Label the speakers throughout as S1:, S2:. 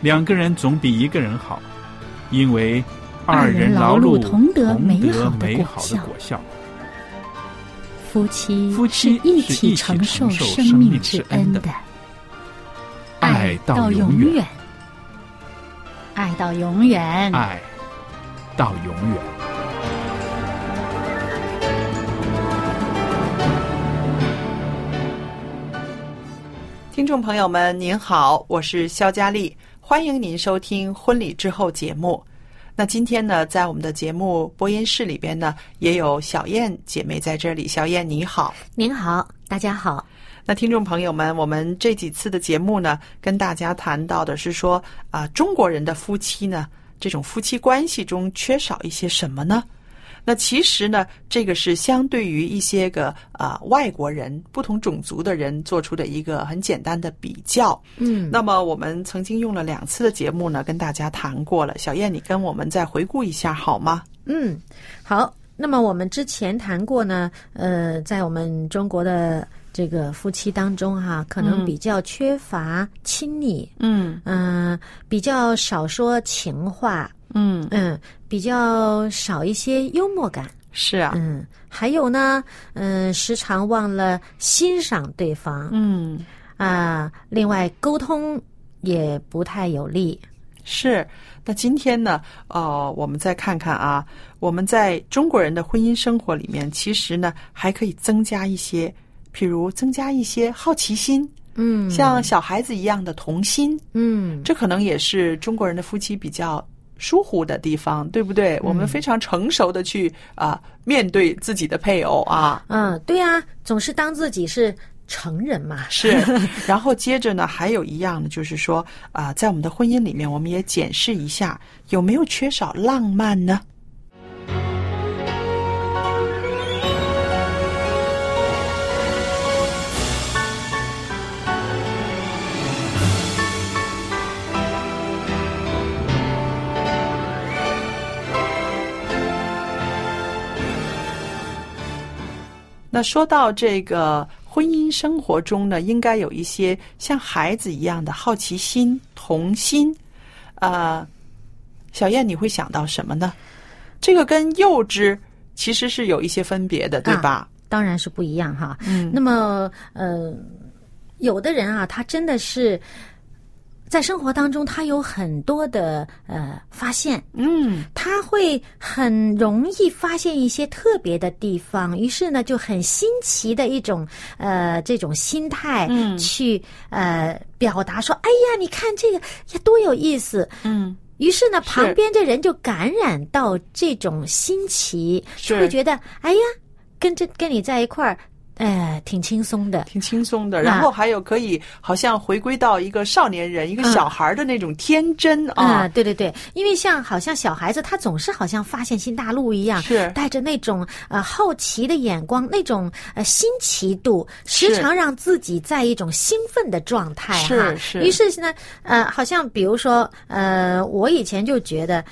S1: 两个人总比一个人好，因为
S2: 二人
S1: 人
S2: 劳
S1: 碌
S2: 碌同得
S1: 同
S2: 美
S1: 得
S2: 好的
S1: 美
S2: 果
S1: 好的
S2: 效
S1: 果效。
S2: 夫妻
S1: 夫妻
S2: 是一
S1: 是一起
S2: 起承
S1: 承
S2: 受
S1: 受
S2: 生
S1: 生
S2: 命
S1: 命
S2: 之
S1: 之恩
S2: 恩
S1: 的
S2: 的。
S1: 爱到
S2: 到
S1: 永远
S2: 远，爱到永远。
S1: 爱到永远。
S3: 听众朋友们，您好，我是肖佳丽，欢迎您收听《婚礼之后》节目。那今天呢，在我们的节目播音室里边呢，也有小燕姐妹在这里。小燕你好，
S4: 您好，大家好。
S3: 那听众朋友们，我们这几次的节目呢，跟大家谈到的是说啊、中国人的夫妻呢，这种夫妻关系中缺少一些什么呢？那其实呢，这个是相对于一些个啊、外国人、不同种族的人做出的一个很简单的比较。
S4: 嗯，
S3: 那么我们曾经用了两次的节目呢，跟大家谈过了。小燕，你跟我们再回顾一下好吗？
S4: 嗯，好。那么我们之前谈过呢，呃，在我们中国的呃这个夫妻当中哈、可能比较缺乏亲昵，
S3: 嗯
S4: 嗯、比较少说情话，
S3: 嗯，
S4: 嗯，比较少一些幽默感，
S3: 是啊，
S4: 嗯，还有呢，嗯、时常忘了欣赏对方
S3: 嗯，
S4: 啊、另外沟通也不太有力，
S3: 是。那今天呢，呃，我们再看看啊，我们在中国人的婚姻生活里面，其实呢还可以增加一些，譬如增加一些好奇心，
S4: 嗯，
S3: 像小孩子一样的童心，
S4: 嗯
S3: 这可能也是中国人的夫妻比较疏忽的地方，对不对？我们非常成熟的去啊、面对自己的配偶啊，
S4: 嗯，对呀、总是当自己是成人嘛，
S3: 是。然后接着呢，还有一样呢，就是说啊、在我们的婚姻里面，我们也检视一下有没有缺少浪漫呢？那说到这个婚姻生活中呢，应该有一些像孩子一样的好奇心、童心。呃，小燕，你会想到什么呢？这个跟幼稚其实是有一些分别的，对吧？
S4: 当然是不一样哈。
S3: 嗯
S4: 那么呃，有的人啊，他真的是在生活当中，他有很多的呃发现，
S3: 嗯
S4: 他会很容易发现一些特别的地方，于是呢就很新奇的一种呃这种心态，
S3: 嗯
S4: 去呃表达说，哎呀，你看这个呀多有意思。
S3: 嗯，
S4: 于是呢，
S3: 是
S4: 旁边的人就感染到这种新奇，
S3: 是
S4: 会觉得哎呀，跟这跟你在一块儿，呃，挺轻松的。
S3: 挺轻松的。然后还有可以好像回归到一个少年人、一个小孩的那种天真
S4: 啊、
S3: 啊，
S4: 对对对，因为像好像小孩子，他总是好像发现新大陆一样，
S3: 是
S4: 带着那种呃好奇的眼光，那种呃新奇度，时
S3: 是
S4: 常让自己在一种兴奋的状态
S3: 是
S4: 哈。
S3: 是
S4: 于是呢，呃，好像比如说，呃，我以前就觉得。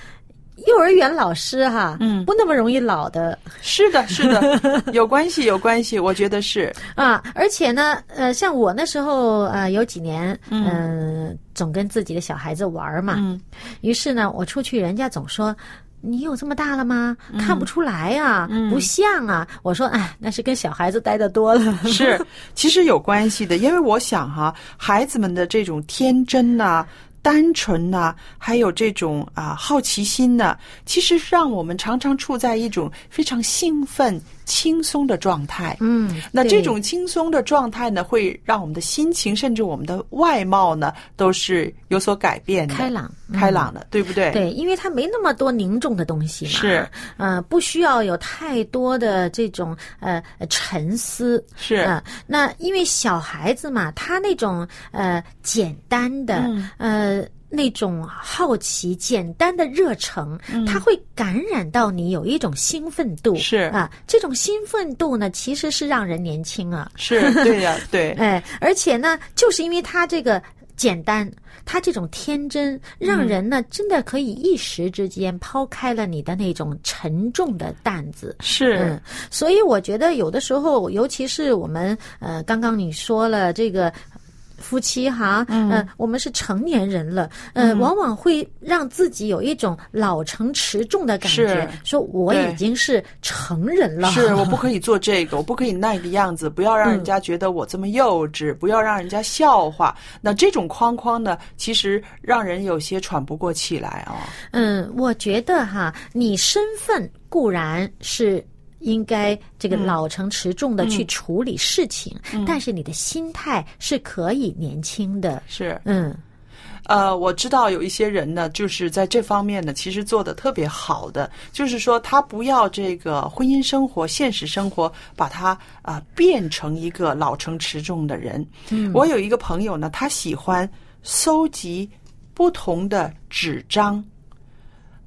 S4: 幼儿园老师哈，
S3: 嗯
S4: 不那么容易老的
S3: 是的，是的， 有关系，有关系，我觉得是，
S4: 啊，而且呢，呃，像我那时候呃，有几年，嗯、总跟自己的小孩子玩儿嘛，
S3: 嗯
S4: 于是呢，我出去，人家总说：“你有这么大了吗？
S3: 嗯
S4: 看不出来啊，不像啊。我说，哎，那是跟小孩子待的多了。
S3: 是，其实有关系的，因为我想哈、孩子们的这种天真呐、单纯呐、还有这种啊好奇心呐、其实让我们常常处在一种非常兴奋、轻松的状态。
S4: 嗯，
S3: 那
S4: 对
S3: 这种轻松的状态呢，会让我们的心情，甚至我们的外貌呢，都是有所改变的、
S4: 开朗嗯
S3: 开朗的，对不对？，
S4: 对，因为它没那么多凝重的东西嘛，
S3: 是，
S4: 呃，不需要有太多的这种呃呃沉思，
S3: 是
S4: 呃，那因为小孩子嘛，他那种呃简单的、
S3: 嗯
S4: 呃。那种好奇、简单的热诚，它会感染到你，有一种兴奋度。
S3: 嗯是
S4: 啊，这种兴奋度呢，其实是让人年轻啊。
S3: 是对呀、 对。
S4: 哎，而且呢，就是因为他这个简单，他这种天真，
S3: 嗯
S4: 让人呢、真的可以一时之间抛开了你的那种沉重的担子。
S3: 是、
S4: 嗯，所以我觉得有的时候，尤其是我们呃，刚刚你说了这个。夫妻哈，嗯、我们是成年人了，
S3: 嗯
S4: 呃，往往会让自己有一种老成持重的感觉
S3: 是，
S4: 说我
S3: 对
S4: 已经是成人了，
S3: 是，我不可以做这个，我不可以那个样子，不要让人家觉得我这么幼稚，不要让人家笑话。那这种框框呢，其实让人有些喘不过气来啊、
S4: 嗯，我觉得哈，你身份固然是应该
S3: 嗯
S4: 这个老成持重的去处理事情，但是你的心态是可以年轻的。
S3: 是，
S4: 嗯，
S3: 呃，我知道有一些人呢，就是在这方面呢，其实做的特别好的，就是说他不要这个婚姻生活、现实生活，把他啊、变成一个老成持重的人。嗯，我有一个朋友呢，他喜欢搜集不同的纸张。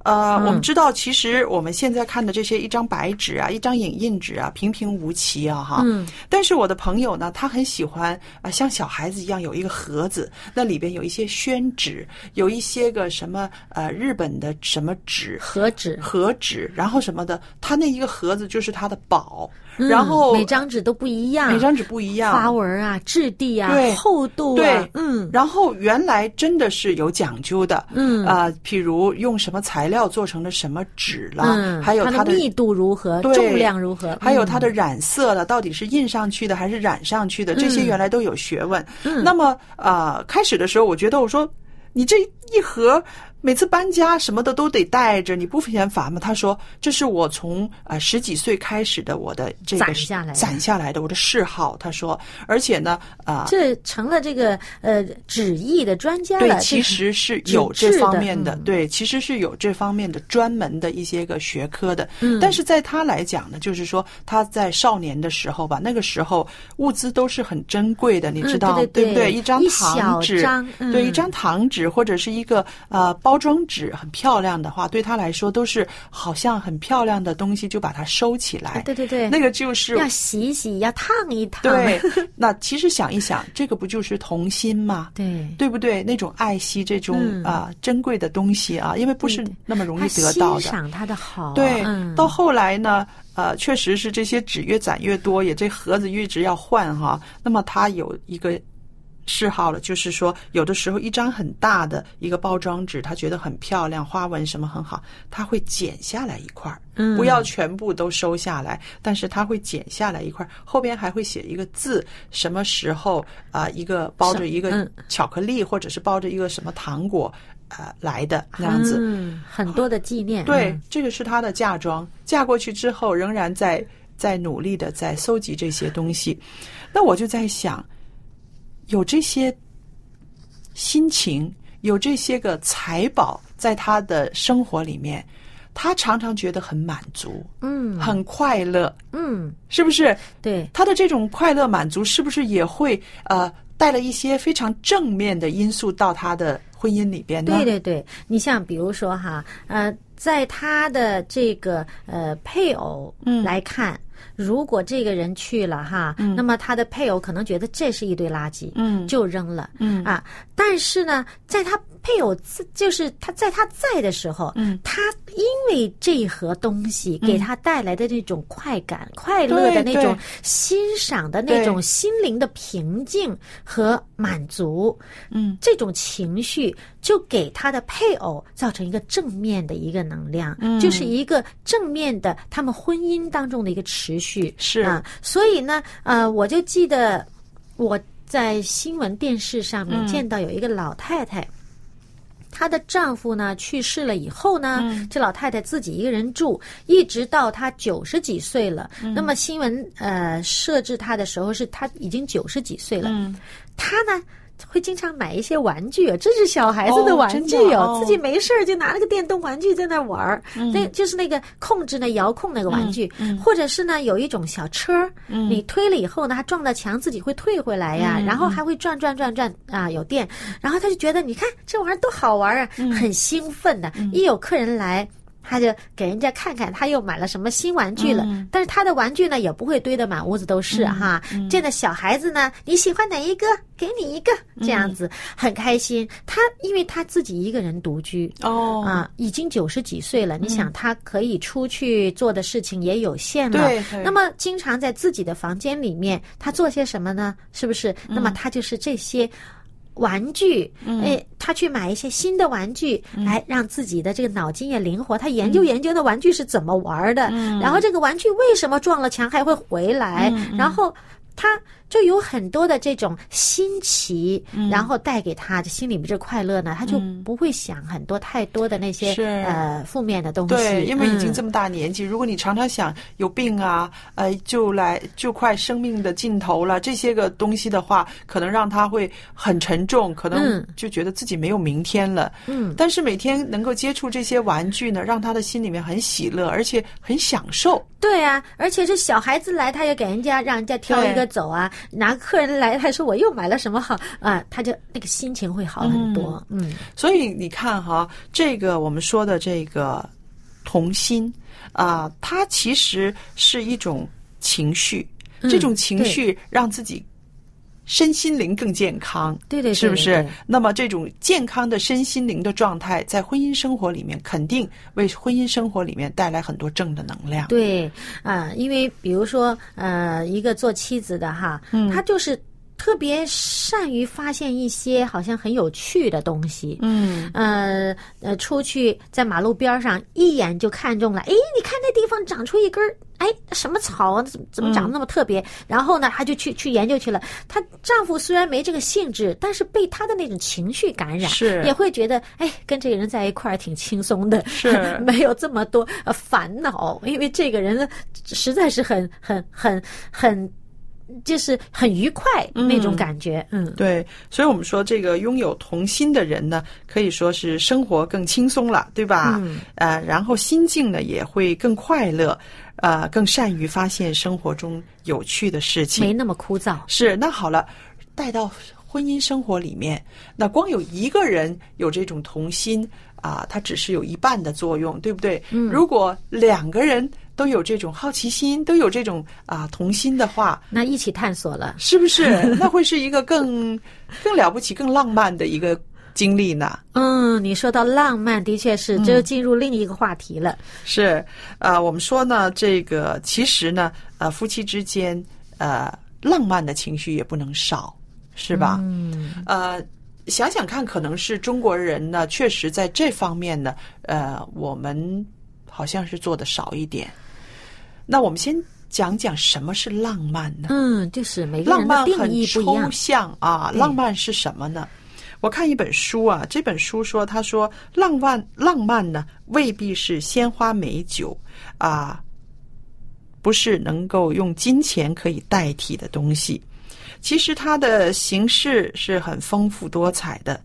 S3: 呃，
S4: 嗯
S3: 我们知道，其实我们现在看的这些一张白纸啊，一张影印纸啊，平平无奇啊，哈。嗯。但是我的朋友呢，他很喜欢啊、像小孩子一样有一个盒子，那里边有一些宣纸，有一些个什么呃日本的什么纸。
S4: 何止？
S3: 盒纸，然后什么的，他那一个盒子就是他的宝，
S4: 嗯
S3: 然后
S4: 每张纸都不一样，
S3: 每张纸不一样，
S4: 花纹啊、质地啊
S3: 对、
S4: 厚度啊
S3: 对，，
S4: 嗯，
S3: 然后原来真的是有讲究的，
S4: 嗯
S3: 啊、譬如用什么材料做成了什么纸了，
S4: 嗯，
S3: 还有
S4: 它
S3: 它
S4: 的
S3: 的
S4: 密度如何，
S3: 对
S4: 重量如何，
S3: 还有
S4: 嗯
S3: 它的染色了，到底是印上去的还是染上去的？这些
S4: 嗯
S3: 原来都有学问。
S4: 嗯
S3: 那么呃，开始的时候我觉得我说你这一盒。每次搬家什么的都得带着，你不嫌烦吗？他说：“这是我从呃十几岁开始的我的这个
S4: 攒下来的
S3: 攒下来的我的嗜好。”他说：“而且呢，啊、
S4: 这成了这个呃纸艺的专家了。
S3: 对，其
S4: 这
S3: 实是
S4: 纸
S3: 有这
S4: 质
S3: 方
S4: 的
S3: 面的，
S4: 嗯
S3: 对，其实是有这方面的专门的一些个学科的。嗯，但是在他来讲呢，就是说他在少年的时候吧，那个时候物资都是很珍贵的，你
S4: 嗯
S3: 知道、
S4: 对对
S3: 不
S4: 对
S3: 对？一张
S4: 一小
S3: 糖纸，
S4: 张
S3: 对，一
S4: 嗯
S3: 张糖纸或者是一个呃包装纸，很漂亮的话，对他来说都是好像很漂亮的东西，就把它收起来。
S4: 对对对，
S3: 那个就是
S4: 要洗一洗，要烫一烫，
S3: 对。那其实想一想，这个不就是童心吗？
S4: 对。
S3: 对不对？那种爱惜这种
S4: 嗯
S3: 啊、珍贵的东西啊，因为不是
S4: 对对
S3: 那么容
S4: 他
S3: 易得到
S4: 欣
S3: 的。
S4: 赏他的好，
S3: 对，
S4: 嗯、
S3: 到后来呢，呃，确实是这些纸越攒越多，也这盒子一直要换哈。那么他有一个嗜好了，就是说有的时候一张很大的一个包装纸，他觉得很漂亮，花纹什么很好，他会剪下来一块儿，
S4: 嗯
S3: 不要全部都收下来，但是他会剪下来一块儿，后边还会写一个字，什么时候啊、一个包着一个
S4: 嗯
S3: 巧克力，或者是包着一个什么糖果。呃，来的那样子，
S4: 嗯，很多的纪念，
S3: 对，这个是她的嫁妆，嫁过去之后仍然在在努力的在搜集这些东西。那我就在想，有这些心情，有这些个财宝在她的生活里面，她常常觉得很满足，
S4: 嗯，嗯
S3: 很快乐，
S4: 嗯，
S3: 是不是？
S4: 对，
S3: 她的这种快乐满足，是不是也会呃带了一些非常正面的因素到她的婚姻里边呢？
S4: 对对对，你像比如说哈，呃，在他的这个呃配偶
S3: 嗯
S4: 来看。如果这个人去了哈，那么他的配偶可能觉得这是一堆垃圾，
S3: 嗯
S4: 就扔了，
S3: 嗯
S4: 啊。但是呢，在他配偶自就是他在他在的时候，
S3: 嗯
S4: 他因为这一盒东西给他带来的那种快感、快乐的
S3: 对
S4: 那种
S3: 对
S4: 欣赏的那种
S3: 对
S4: 心灵的平静和满足，
S3: 嗯，
S4: 这种情绪就给他的配偶造成一个正面的一个能量，
S3: 嗯
S4: 就是一个正面的他们婚姻当中的一个持续。
S3: 是
S4: 啊，所以呢，呃，我就记得我在新闻电视上
S3: 嗯
S4: 面见到有一个老太太。她的丈夫呢去世了以后呢，
S3: 嗯
S4: 这老太太自己一个人住，一直到她九十几岁了。
S3: 嗯
S4: 那么新闻呃设置她的时候是她已经九十几岁了，
S3: 嗯
S4: 她呢。会经常买一些玩具，这是小孩子的
S3: 哦
S4: 玩
S3: 真
S4: 具
S3: 的哦嗯
S4: 自己没事儿就拿那个电动玩具在那玩儿、那就是那个控制那遥控那个玩具，或者是呢有一种小车儿，你推了以后呢，它撞到墙自己会退回来呀，
S3: 嗯
S4: 然后还会转转转转啊，有电，然后他就觉得你看这玩意儿多好玩啊，
S3: 嗯
S4: 很兴奋的，一有客人来。他就给人家看看他又买了什么新玩具了，但是他的玩具呢也不会堆得满屋子都是哈。这样的小孩子呢，你喜欢哪一个，给你一个，这样子、很开心。他因为他自己一个人独居。
S3: 哦
S4: 啊，已经九十几岁了，你想他可以出去做的事情也有限了。
S3: 对对
S4: 那么经常在自己的房间里面，他做些什么呢？是不是？
S3: 嗯
S4: 那么他就是这些。玩具，哎，他去买一些新的玩具，
S3: 嗯
S4: 来让自己的这个脑筋也灵活。他研究研究那玩具是怎么玩儿的，
S3: 嗯
S4: 然后这个玩具为什么撞了墙还会回来，然后他就有很多的这种新奇，
S3: 嗯
S4: 然后带给他心里面这快乐呢，他就不会想很多太多的那些
S3: 是
S4: 呃负面的东西。
S3: 对，因为已经
S4: 嗯
S3: 这么大年纪，如果你常常想有病啊，呃，就来就快生命的尽头了，这些个东西的话，可能让他会很沉重，可能
S4: 嗯
S3: 就觉得自己没有明天了。
S4: 嗯
S3: 但是每天能够接触这些玩具呢，让他的心里面很喜乐，而且很享受。
S4: 对啊，而且这小孩子来，他也给人家让人家挑一个走啊，拿客人来，他说我又买了什么好啊，他就那个心情会好很多。嗯
S3: 所以你看哈，这个我们说的这个童心啊、它其实是一种情绪，
S4: 嗯
S3: 这种情绪让自己身心灵更健康。
S4: 对对对
S3: 是不
S4: 对
S3: 是
S4: 对？
S3: 那么这种健康的身心灵的状态，在婚姻生活里面，肯定为婚姻生活里面带来很多正的能量。
S4: 对啊、因为比如说呃，一个做妻子的哈，
S3: 嗯
S4: 他就是特别善于发现一些好像很有趣的东西。
S3: 嗯，
S4: 呃呃，出去在马路边儿上一眼就看中了，诶，你看那地方长出一根儿，哎，什么草啊？怎么怎么长得那么特别？然后呢，她就去去研究去了。她丈夫虽然没这个兴致，但是被她的那种情绪感染，
S3: 是
S4: 也会觉得，哎，跟这个人在一块儿挺轻松的，
S3: 是
S4: 没有这么多呃烦恼，因为这个人实在是很很很很，就是很愉快那种感觉，嗯。
S3: 对，所以我们说这个拥有童心的人呢，可以说是生活更轻松了，对吧？
S4: 嗯
S3: 呃，然后心境呢也会更快乐，呃，更善于发现生活中有趣的事情。
S4: 没那么枯燥，
S3: 是，那好了，带到婚姻生活里面，那光有一个人有这种童心啊，它只是有一半的作用，对不对？嗯、如果两个人都有这种好奇心，都有这种啊童心的话，
S4: 那一起探索了。
S3: 是不是？那会是一个更更了不起、更浪漫的一个经历呢？
S4: 嗯，你说到浪漫，的确是，
S3: 嗯
S4: 这就进入另一个话题了。
S3: 是，呃，我们说呢，这个其实呢，呃，夫妻之间，呃，浪漫的情绪也不能少，是吧？
S4: 嗯，
S3: 呃，想想看，可能是中国人呢，确实在这方面呢，呃，我们好像是做的少一点。那我们先讲讲什么是浪漫呢？
S4: 嗯，就是每个
S3: 浪
S4: 人
S3: 漫
S4: 的定
S3: 很
S4: 义不一
S3: 抽
S4: 样。
S3: 象啊，浪漫是什么呢？我看一本书啊，这本书说，他说浪漫浪漫呢，未必是鲜花美酒啊，不是能够用金钱可以代替的东西。其实它的形式是很丰富多彩的，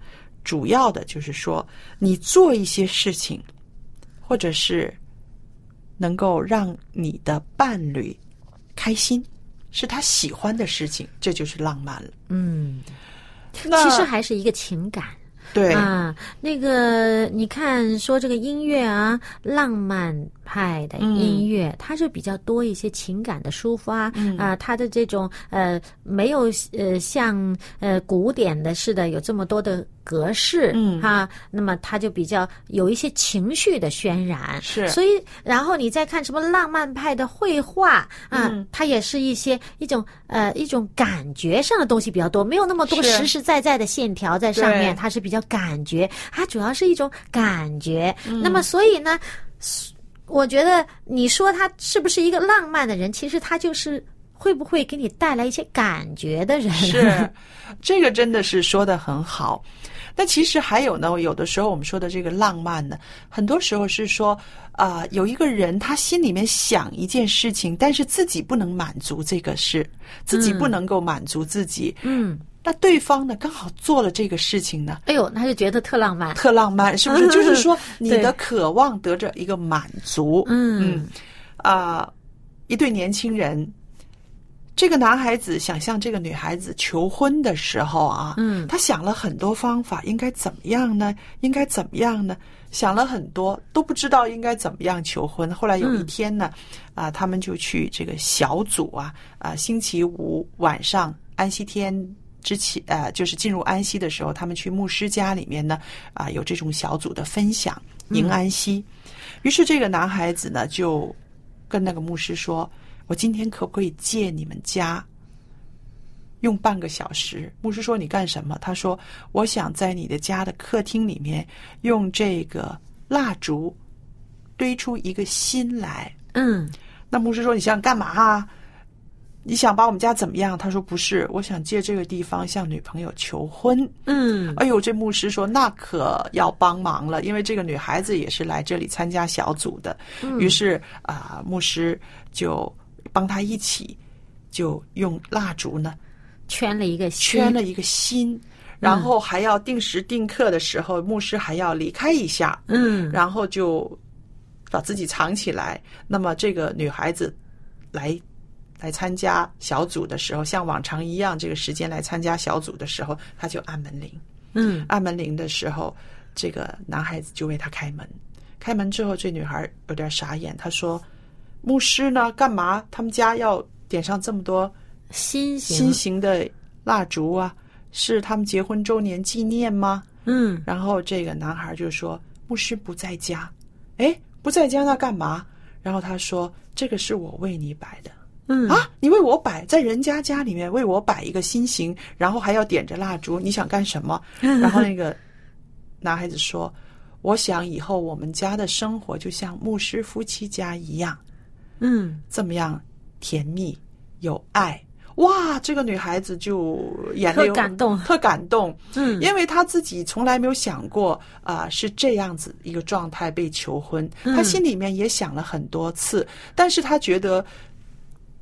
S3: 主要的就是说，你做一些事情，或者是能够让你的伴侣开心，是他喜欢的事情，这就是浪漫了。
S4: 嗯，
S3: 那
S4: 其实还是一个情感
S3: 对，
S4: 啊。那个，你看，说这个音乐啊，浪漫派的音乐，它是比较多一些情感的抒发啊、
S3: 嗯
S4: 它的这种呃没有呃像呃古典的似的有这么多的格式，嗯哈，那么它就比较有一些情绪的渲染，
S3: 是
S4: 所以然后你再看什么浪漫派的绘画啊、
S3: 嗯
S4: 它也是一些一种呃一种感觉上的东西比较多，没有那么多
S3: 是
S4: 实实在在的线条在上面，
S3: 对
S4: 它是比较感觉，它主要是一种感觉。那么所以呢，我觉得你说他是不是一个浪漫的人，其实他就是会不会给你带来一些感觉的人。
S3: 是，这个真的是说的很好。那其实还有呢，有的时候我们说的这个浪漫呢，很多时候是说，啊、有一个人他心里面想一件事情，但是自己不能满足这个事，自己不能够满足自己。
S4: 嗯，
S3: 那对方呢，刚好做了这个事情 呢，
S4: 哎呦，他就觉得特浪漫。
S3: 特浪漫，是不是？ 就是说，你
S4: 对
S3: 的渴望得着一个满足。
S4: 嗯
S3: 啊、一对年轻人，这个男孩子想向这个女孩子求婚的时候啊，
S4: 嗯
S3: 他想了很多方法，应该怎么样呢？应该怎么样呢？想了很多，都不知道应该怎么样求婚。后来有一天呢，啊、他们就去这个小组啊，啊、星期五晚上安息天之前，呃，就是进入安息的时候，他们去牧师家里面呢，啊、有这种小组的分享迎安息。于是这个男孩子呢，就跟那个牧师说：“我今天可不可以借你们家用半个小时？”牧师说：“你干什么？”他说：“我想在你的家的客厅里面用这个蜡烛堆出一个心来。
S4: 嗯”
S3: 那牧师说：“你想干嘛啊？你想把我们家怎么样？”他说：“不是，我想借这个地方向女朋友求婚。”
S4: 嗯
S3: 哎呦，这牧师说那可要帮忙了，因为这个女孩子也是来这里参加小组的。于是啊、牧师就帮她一起，就用蜡烛呢
S4: 圈了一个心
S3: 圈了一个心，然后还要定时定刻的时候，牧师还要离开一下，
S4: 嗯
S3: 然后就把自己藏起来。那么这个女孩子来来参加小组的时候，像往常一样，这个时间来参加小组的时候，她就按门铃。
S4: 嗯
S3: 按门铃的时候，这个男孩子就为她开门。开门之后，这女孩有点傻眼，她说：“牧师呢？干嘛？他们家要点上这么多
S4: 心
S3: 新
S4: 形
S3: 型的蜡烛啊？是他们结婚周年纪念吗？”
S4: 嗯
S3: 然后这个男孩就说：“牧师不在家。”哎，不在家那干嘛？然后他说：“这个是我为你摆的。”
S4: 嗯
S3: 啊，你为我摆在人家家里面为我摆一个心形，然后还要点着蜡烛，你想干什么？然后那个男孩子说：“我想以后我们家的生活就像牧师夫妻家一样，
S4: 嗯
S3: 这么样甜蜜有爱。”哇，这个女孩子就眼泪
S4: 特感动
S3: 特感动，
S4: 嗯
S3: 因为她自己从来没有想过啊、是这样子一个状态被求婚，
S4: 嗯
S3: 她心里面也想了很多次，但是她觉得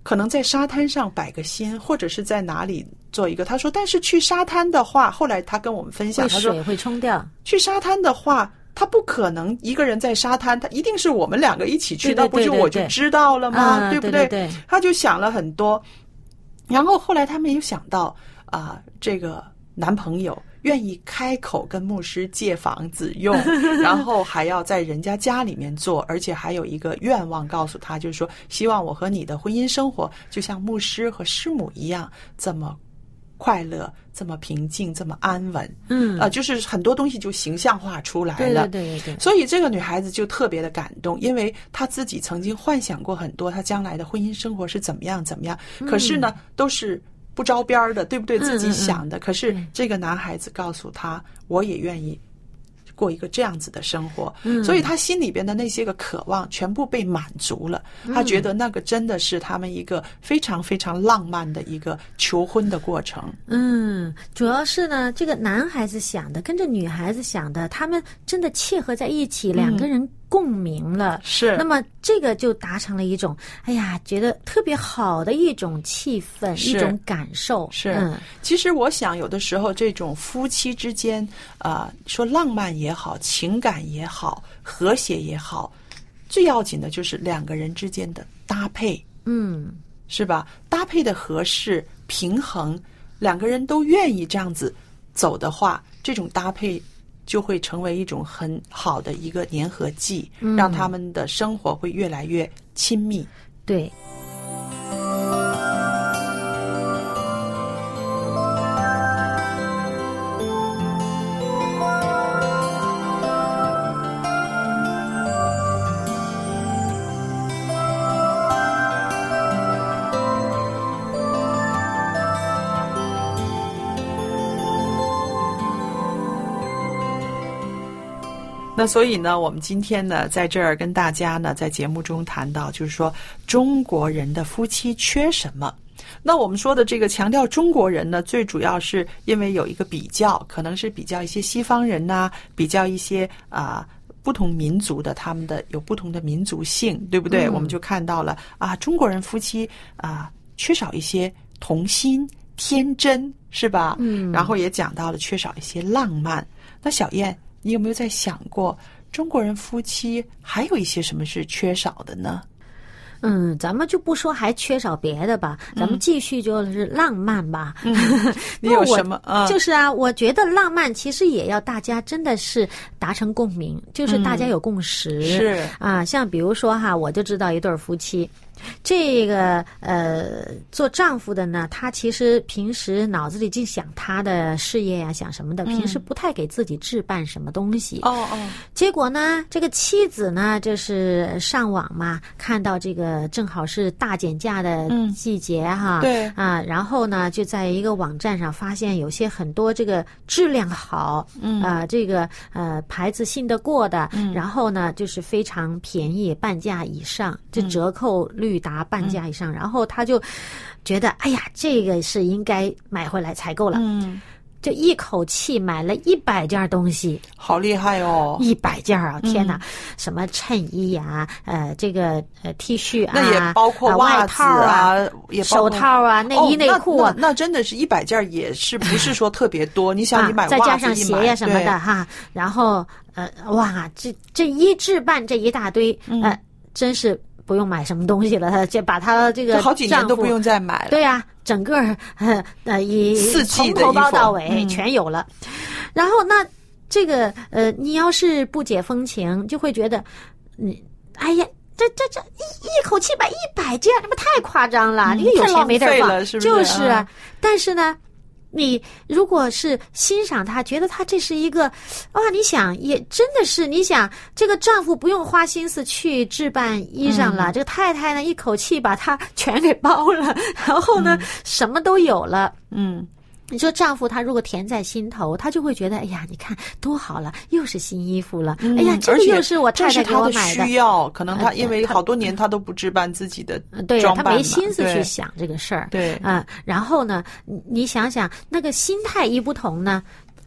S3: 可能在沙滩上摆个仙，或者是在哪里做一个。她说，但是去沙滩的话，后来她跟我们分享，
S4: 会
S3: 她说
S4: 水会冲掉。
S3: 去沙滩的话，他不可能一个人在沙滩，他一定是我们两个一起去，
S4: 对对
S3: 那不就
S4: 对对
S3: 我就
S4: 对
S3: 知道了吗？
S4: 啊
S3: 不
S4: 对对对
S3: 他就想了很多，然后后来他没有想到啊、这个男朋友。愿意开口跟牧师借房子 用，然后还要在人家家里面做，而且还有一个愿望告诉他，就是说希望我和你的婚姻生活就像牧师和师母一样这么快乐、这么平静、这么安稳。
S4: 嗯，
S3: 啊，就是很多东西就形象化出来
S4: 对
S3: 了。
S4: 对对对对，
S3: 所以这个女孩子就特别的感动，因为她自己曾经幻想过很多她将来的婚姻生活是怎么样怎么样，
S4: 嗯
S3: 可是呢，都是不着边儿的，对不对？自己想的。可是这个男孩子告诉她，我也愿意。过一个这样子的生活，
S4: 嗯
S3: 所以她心里边的那些个渴望全部被满足了。
S4: 嗯
S3: 她觉得那个真的是他们一个非常非常浪漫的一个求婚的过程。
S4: 嗯，主要是呢，这个男孩子想的跟着女孩子想的，他们真的契合在一起，两个人共鸣了。
S3: 嗯是
S4: 那么这个就达成了一种，哎呀，觉得特别好的一种气氛，
S3: 是
S4: 一种感受。
S3: 是，
S4: 嗯
S3: 其实我想，有的时候这种夫妻之间，啊、说浪漫也好，情感也好，和谐也好，最要紧的就是两个人之间的搭配，
S4: 嗯
S3: 是吧？搭配的合适、平衡，两个人都愿意这样子走的话，这种搭配就会成为一种很好的一个粘合剂，让他们的生活会越来越亲密。
S4: 对，
S3: 那所以呢，我们今天呢，在这儿跟大家呢，在节目中谈到，就是说中国人的夫妻缺什么。那我们说的这个强调中国人呢，最主要是因为有一个比较，可能是比较一些西方人呐、比较一些啊、不同民族的，他们的有不同的民族性，对不
S4: 嗯
S3: 对？我们就看到了啊，中国人夫妻啊缺少一些童心、天真，是吧？嗯，然后也讲到了缺少一些浪漫。那小燕，你有没有在想过，中国人夫妻还有一些什么是缺少的呢？
S4: 嗯，咱们就不说还缺少别的吧，
S3: 嗯
S4: 咱们继续就是浪漫吧。
S3: 你
S4: 那
S3: 有
S4: 我
S3: 什么啊？
S4: 就是啊，我觉得浪漫其实也要大家真的是达成共鸣，就是大家有共识。
S3: 嗯是
S4: 啊，像比如说哈，我就知道一对儿夫妻。这个呃，做丈夫的呢，他其实平时脑子里净想他的事业呀、想什么的，平时不太给自己置办什么东西。
S3: 哦哦，
S4: 结果呢，这个妻子呢，就是上网嘛，看到这个正好是大减价的季节哈，
S3: 对
S4: 啊，然后呢，就在一个网站上发现有些很多这个质量好，嗯啊、这个呃牌子信得过的，
S3: 嗯
S4: 然后呢就是非常便宜，半价以上，这
S3: 嗯
S4: 折扣率达半价以上，然后他就觉得哎呀，这个是应该买回来采购了，
S3: 嗯，
S4: 就一口气买了一百件儿东西。
S3: 好厉害哦！嗯
S4: 一百件儿啊！天哪，什么衬衣呀、呃，这个呃 T 恤啊，
S3: 那也包括
S4: 啊
S3: 袜
S4: 外
S3: 子
S4: 套啊，
S3: 也包括
S4: 手套啊，内衣内裤
S3: 哦
S4: 啊。
S3: 那那那真的是一百件儿也是不是说特别多？你想你买
S4: 啊，再
S3: 袜
S4: 加
S3: 子
S4: 上
S3: 一
S4: 鞋
S3: 买
S4: 呀什么
S3: 对
S4: 的哈，然后呃，哇，这这一置办这一大堆，
S3: 嗯
S4: 呃，真是不用买什么东西了， 他这把他这
S3: 这
S4: 个
S3: 好几年
S4: 丈
S3: 都不
S4: 夫
S3: 用再买了。
S4: 对啊，整个儿呃呃一
S3: 四季
S4: 从
S3: 的
S4: 头
S3: 衣
S4: 包到
S3: 服
S4: 尾、
S3: 嗯
S4: 全有了。然后那这个呃，你要是不解风情，就会觉得你哎呀。这这这一一口气买一百件，这不太夸张了！你有
S3: 嗯太浪
S4: 钱没地儿
S3: 费
S4: 放，
S3: 了是不嗯
S4: 就是是啊。但是呢，你如果是欣赏他，觉得他这是一个，哇，你想也真的是，你想这个丈夫不用花心思去置办衣裳
S3: 嗯
S4: 了，这个太太呢一口气把他 全给包了，然后呢、什么都有了。
S3: 嗯，
S4: 你说丈夫他如果甜在心头，他就会觉得，哎呀，你看多好了，又是新衣服了，哎呀，
S3: 嗯
S4: 这
S3: 而
S4: 个
S3: 且
S4: 又是我
S3: 这
S4: 太太
S3: 是
S4: 给
S3: 他
S4: 我
S3: 的
S4: 买
S3: 需要，可能
S4: 呃
S3: 他因为
S4: 他
S3: 好多年他都不置办自己的
S4: 呃对呀、
S3: 装
S4: 他
S3: 扮
S4: 没
S3: 嘛
S4: 心思去
S3: 对
S4: 想这个事儿。
S3: 对
S4: 啊、然后呢，你你想想那个心态一不同呢，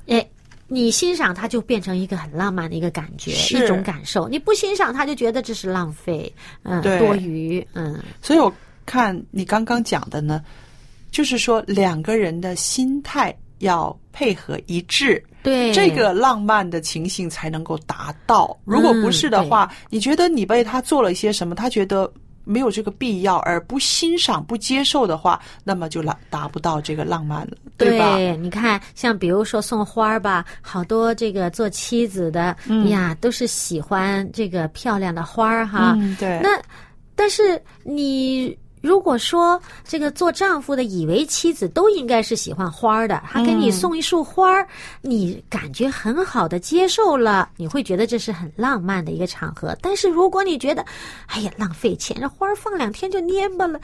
S4: 哎。你欣赏它，就变成一个很浪漫的一个感觉，
S3: 是
S4: 一种感受；你不欣赏它，就觉得这是浪费，嗯，
S3: 对
S4: 多余，嗯，
S3: 所以我看你刚刚讲的呢，就是说两个人的心态要配合一致，
S4: 对，嗯
S3: 这个浪漫的情形才能够达到。如果不是的话，你觉得你为他做了一些什么，他觉得没有这个必要，而不欣赏、不接受的话，那么就达达不到这个浪漫了，吧？
S4: 你看，像比如说送花儿吧，好多这个做妻子的、
S3: 嗯
S4: 哎呀，都是喜欢这个漂亮的花儿哈。
S3: 嗯，对。
S4: 那但是你如果说这个做丈夫的以为妻子都应该是喜欢花儿的，他给你送一束花儿，你感觉很好的接受了，你会觉得这是很浪漫的一个场合。但是如果你觉得，哎呀，浪费钱，这花儿放两天就蔫巴了，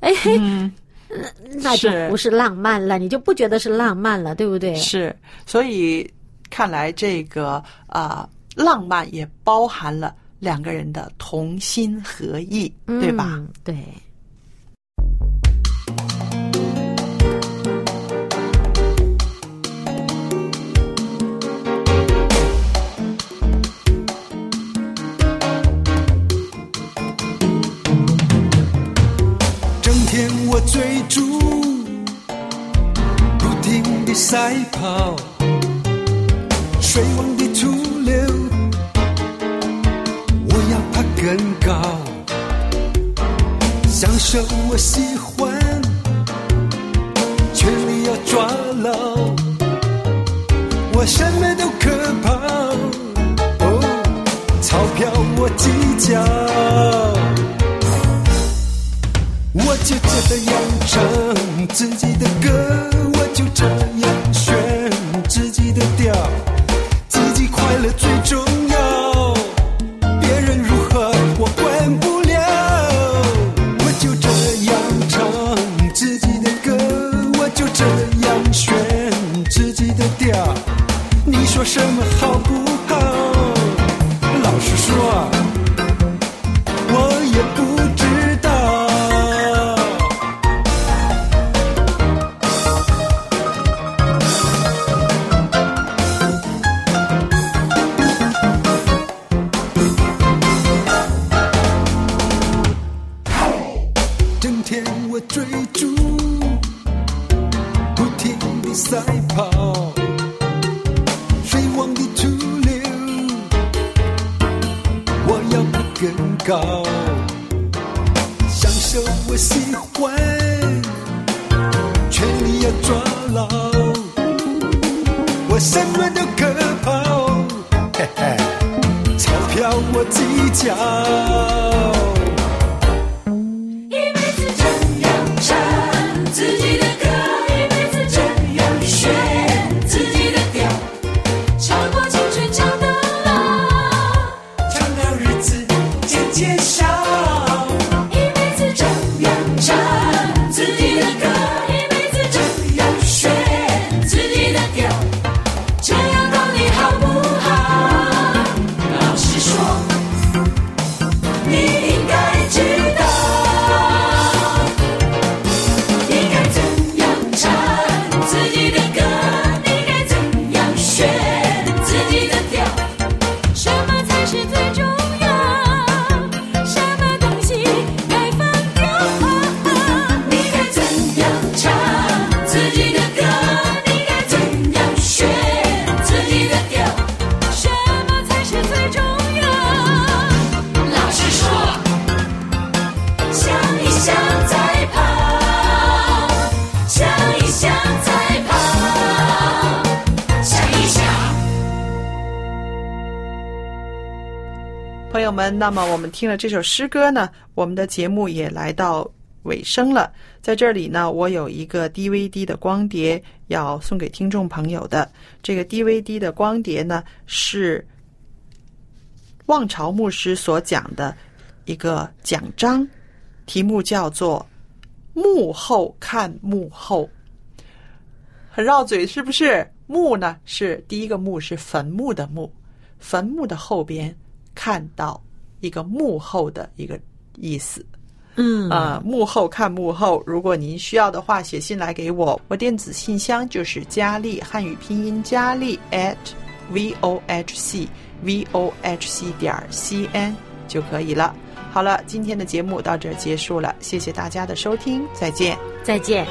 S4: 哎嘿。
S3: 嗯
S4: 呃那就是不是浪漫了，你就不觉得是浪漫了，对不对？
S3: 是，所以看来这个啊、呃浪漫也包含了两个人的同心合意，对吧？
S4: 嗯？对。
S5: 整天我追逐，不停地赛跑，水往的出流，我要爬更高，享受我喜欢，全力要抓牢，我什么都可抛，哦角，我就这样唱自己的歌，我就这样选自己的调，自己快乐最重要，别人如何我管不了。我就这样唱自己的歌，我就这样选自己的调，你说什么好不好？老实说，啊我也不知道。整天我追逐，不停地赛跑，水往里出流。我要不更高，享受我喜欢，权力要抓牢，我什么都可抛，嘿嘿，钞票我计较。
S6: 一辈子这样唱自己的歌，一辈子这样选自己的调，唱过青春，唱到老。
S5: 长到日子渐渐少，
S6: 一辈子这样唱自己的歌，一辈子这样选自己的调，这样到底好不好？老实说，你应该知道，应该怎样唱自己的歌，应该怎样选自己的调。什么才是最重要？什么东西该放掉？你该怎样唱自己的歌？你该怎样选自己的调？什么才是最重要？老实说，想一想再跑，想一想再跑，想一想。
S3: 朋友们，那么我们听了这首诗歌呢，我们的节目也来到尾声了。在这里呢，我有一个 DVD 的光碟要送给听众朋友的。这个 DVD 的光碟呢，是望潮牧师所讲的一个讲章，题目叫做“幕后看幕后”，很绕嘴是不是？墓呢是第一个墓是坟墓的墓，坟墓的后边看到一个幕后的一个意思。
S4: 嗯
S3: 啊，幕后看幕后。如果您需要的话，写信来给我，我电子信箱就是佳丽汉语拼音佳丽 at v o h c v o h c 点 c n 就可以了。好了，今天的节目到这儿结束了，谢谢大家的收听，再见。
S4: 再见。